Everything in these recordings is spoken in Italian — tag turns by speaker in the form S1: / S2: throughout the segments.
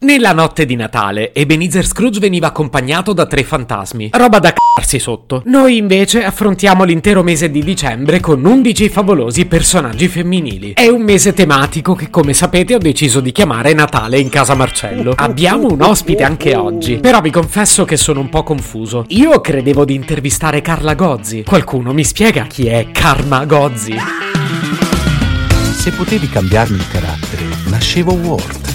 S1: Nella notte di Natale, Ebenezer Scrooge veniva accompagnato da tre fantasmi, roba da c***arsi sotto. Noi invece affrontiamo l'intero mese di dicembre con 11 favolosi personaggi femminili. È un mese tematico che, come sapete, ho deciso di chiamare Natale in casa Marcello. Abbiamo un ospite anche oggi, però vi confesso che sono un po' confuso. Io credevo di intervistare Carla Gozzi. Qualcuno mi spiega chi è Karma Gozzi?
S2: Se potevi cambiarmi il carattere, nascevo Ward.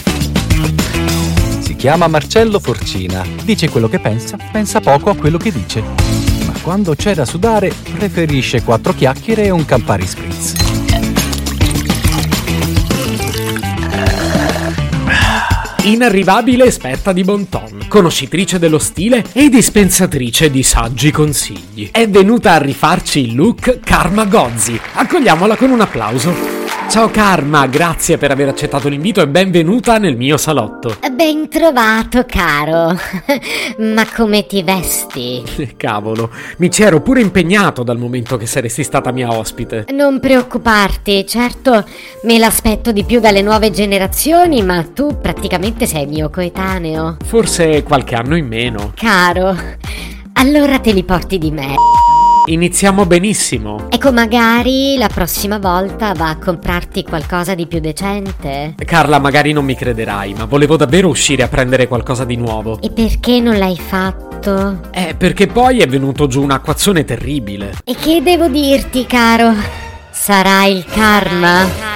S2: Si chiama Marcello Forcina. Dice quello che pensa, pensa poco a quello che dice. Ma quando c'è da sudare, preferisce quattro chiacchiere e un Campari Spritz.
S1: Inarrivabile esperta di bon ton, conoscitrice dello stile e dispensatrice di saggi consigli. È venuta a rifarci il look Karma Gozzi. Accogliamola con un applauso. Ciao Karma, grazie per aver accettato l'invito e benvenuta nel mio salotto.
S3: Ben trovato, caro. Ma come ti vesti?
S1: Eh, Cavolo, mi ci ero pure impegnato dal momento che saresti stata mia ospite.
S3: Non preoccuparti, certo me l'aspetto di più dalle nuove generazioni, ma tu praticamente sei mio coetaneo.
S1: Forse qualche anno in meno.
S3: Caro, allora te li porti di me.
S1: Iniziamo benissimo.
S3: Ecco, magari la prossima volta va a comprarti qualcosa di più decente.
S1: Carla, magari non mi crederai, ma volevo davvero uscire a prendere qualcosa di nuovo.
S3: E perché non l'hai fatto?
S1: Eh, perché poi è venuto giù un acquazzone terribile.
S3: E che devo dirti, caro? Sarà il karma.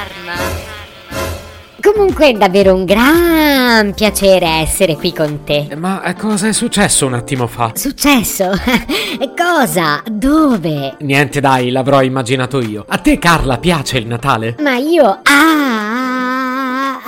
S3: Comunque è davvero un gran piacere essere qui con te.
S1: Eh, Ma eh, cosa è successo un attimo fa?
S3: Successo? Cosa? Dove?
S1: Niente dai, l'avrò immaginato io. A te Carla piace il Natale?
S3: Ma io ah,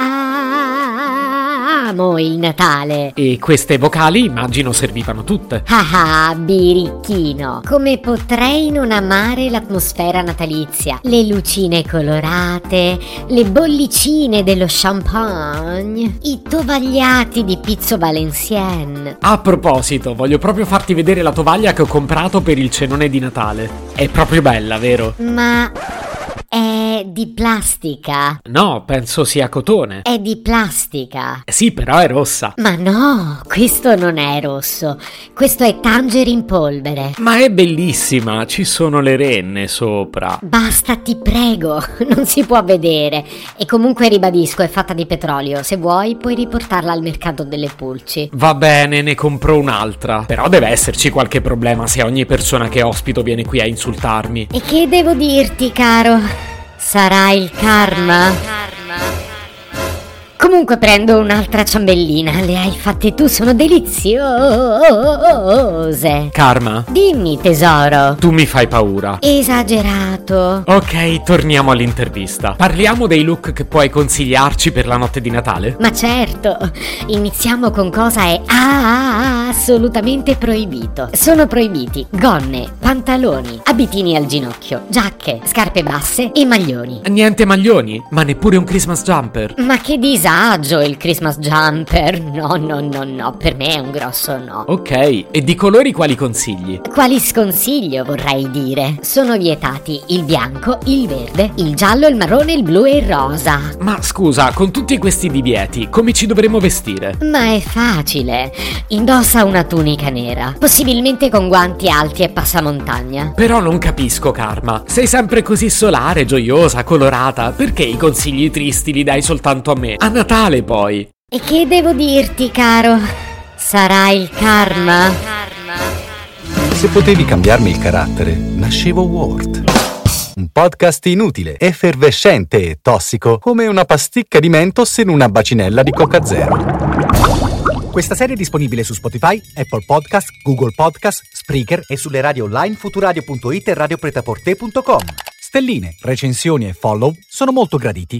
S3: ah, amo il Natale.
S1: E queste vocali immagino servivano tutte.
S3: Ah ah, birichino. Come potrei non amare l'atmosfera natalizia? Le lucine colorate, le bollicine dello champagne, i tovagliati di pizzo valenciennes.
S1: A proposito, voglio proprio farti vedere la tovaglia che ho comprato per il cenone di Natale. È proprio bella, vero?
S3: Ma è di plastica.
S1: No, penso sia cotone. Eh,
S3: È di plastica.
S1: Sì, però è rossa.
S3: Ma no, questo non è rosso. Questo è tangere in polvere.
S1: Ma è bellissima, ci sono le renne sopra.
S3: Basta, ti prego, non si può vedere. E comunque ribadisco, è fatta di petrolio. Se vuoi, puoi riportarla al mercato delle pulci.
S1: Va bene, ne compro un'altra. Però deve esserci qualche problema se ogni persona che ospito viene qui a insultarmi.
S3: E che devo dirti, caro? Sarà il karma. Comunque prendo un'altra ciambellina, le hai fatte tu, sono deliziose.
S1: Karma,
S3: Dimmi, tesoro.
S1: tu mi fai paura.
S3: Esagerato.
S1: Ok, torniamo all'intervista. Parliamo dei look che puoi consigliarci per la notte di Natale?
S3: Ma certo, iniziamo con cosa è ah, ah, assolutamente proibito. Sono proibiti gonne, pantaloni, abitini al ginocchio, giacche, scarpe basse e maglioni.
S1: Niente maglioni, ma neppure un Christmas jumper.
S3: Ma che disagio il Christmas jumper! No, no, no, no, per me è un grosso no.
S1: Ok, e di colori quali consigli?
S3: Quali sconsiglio vorrei dire? Sono vietati il bianco, il verde, il giallo, il marrone, il blu e il rosa.
S1: Ma scusa, con tutti questi divieti, come ci dovremmo vestire?
S3: Ma è facile. Indossa una tunica nera, possibilmente con guanti alti e passamontagna.
S1: Però non capisco, Karma. Sei sempre così solare, gioiosa, colorata. Perché i consigli tristi li dai soltanto a me? A Natale, poi.
S3: E che devo dirti, caro? Sarà il karma.
S2: Se potevi cambiarmi il carattere, nascevo Ward. Un podcast inutile, effervescente e tossico, come una pasticca di mentos in una bacinella di Coca Zero. Questa serie è disponibile su Spotify, Apple Podcast, Google Podcast, Spreaker e sulle radio online futuradio.it e radiopretaporte.com. Stelline, recensioni e follow sono molto graditi.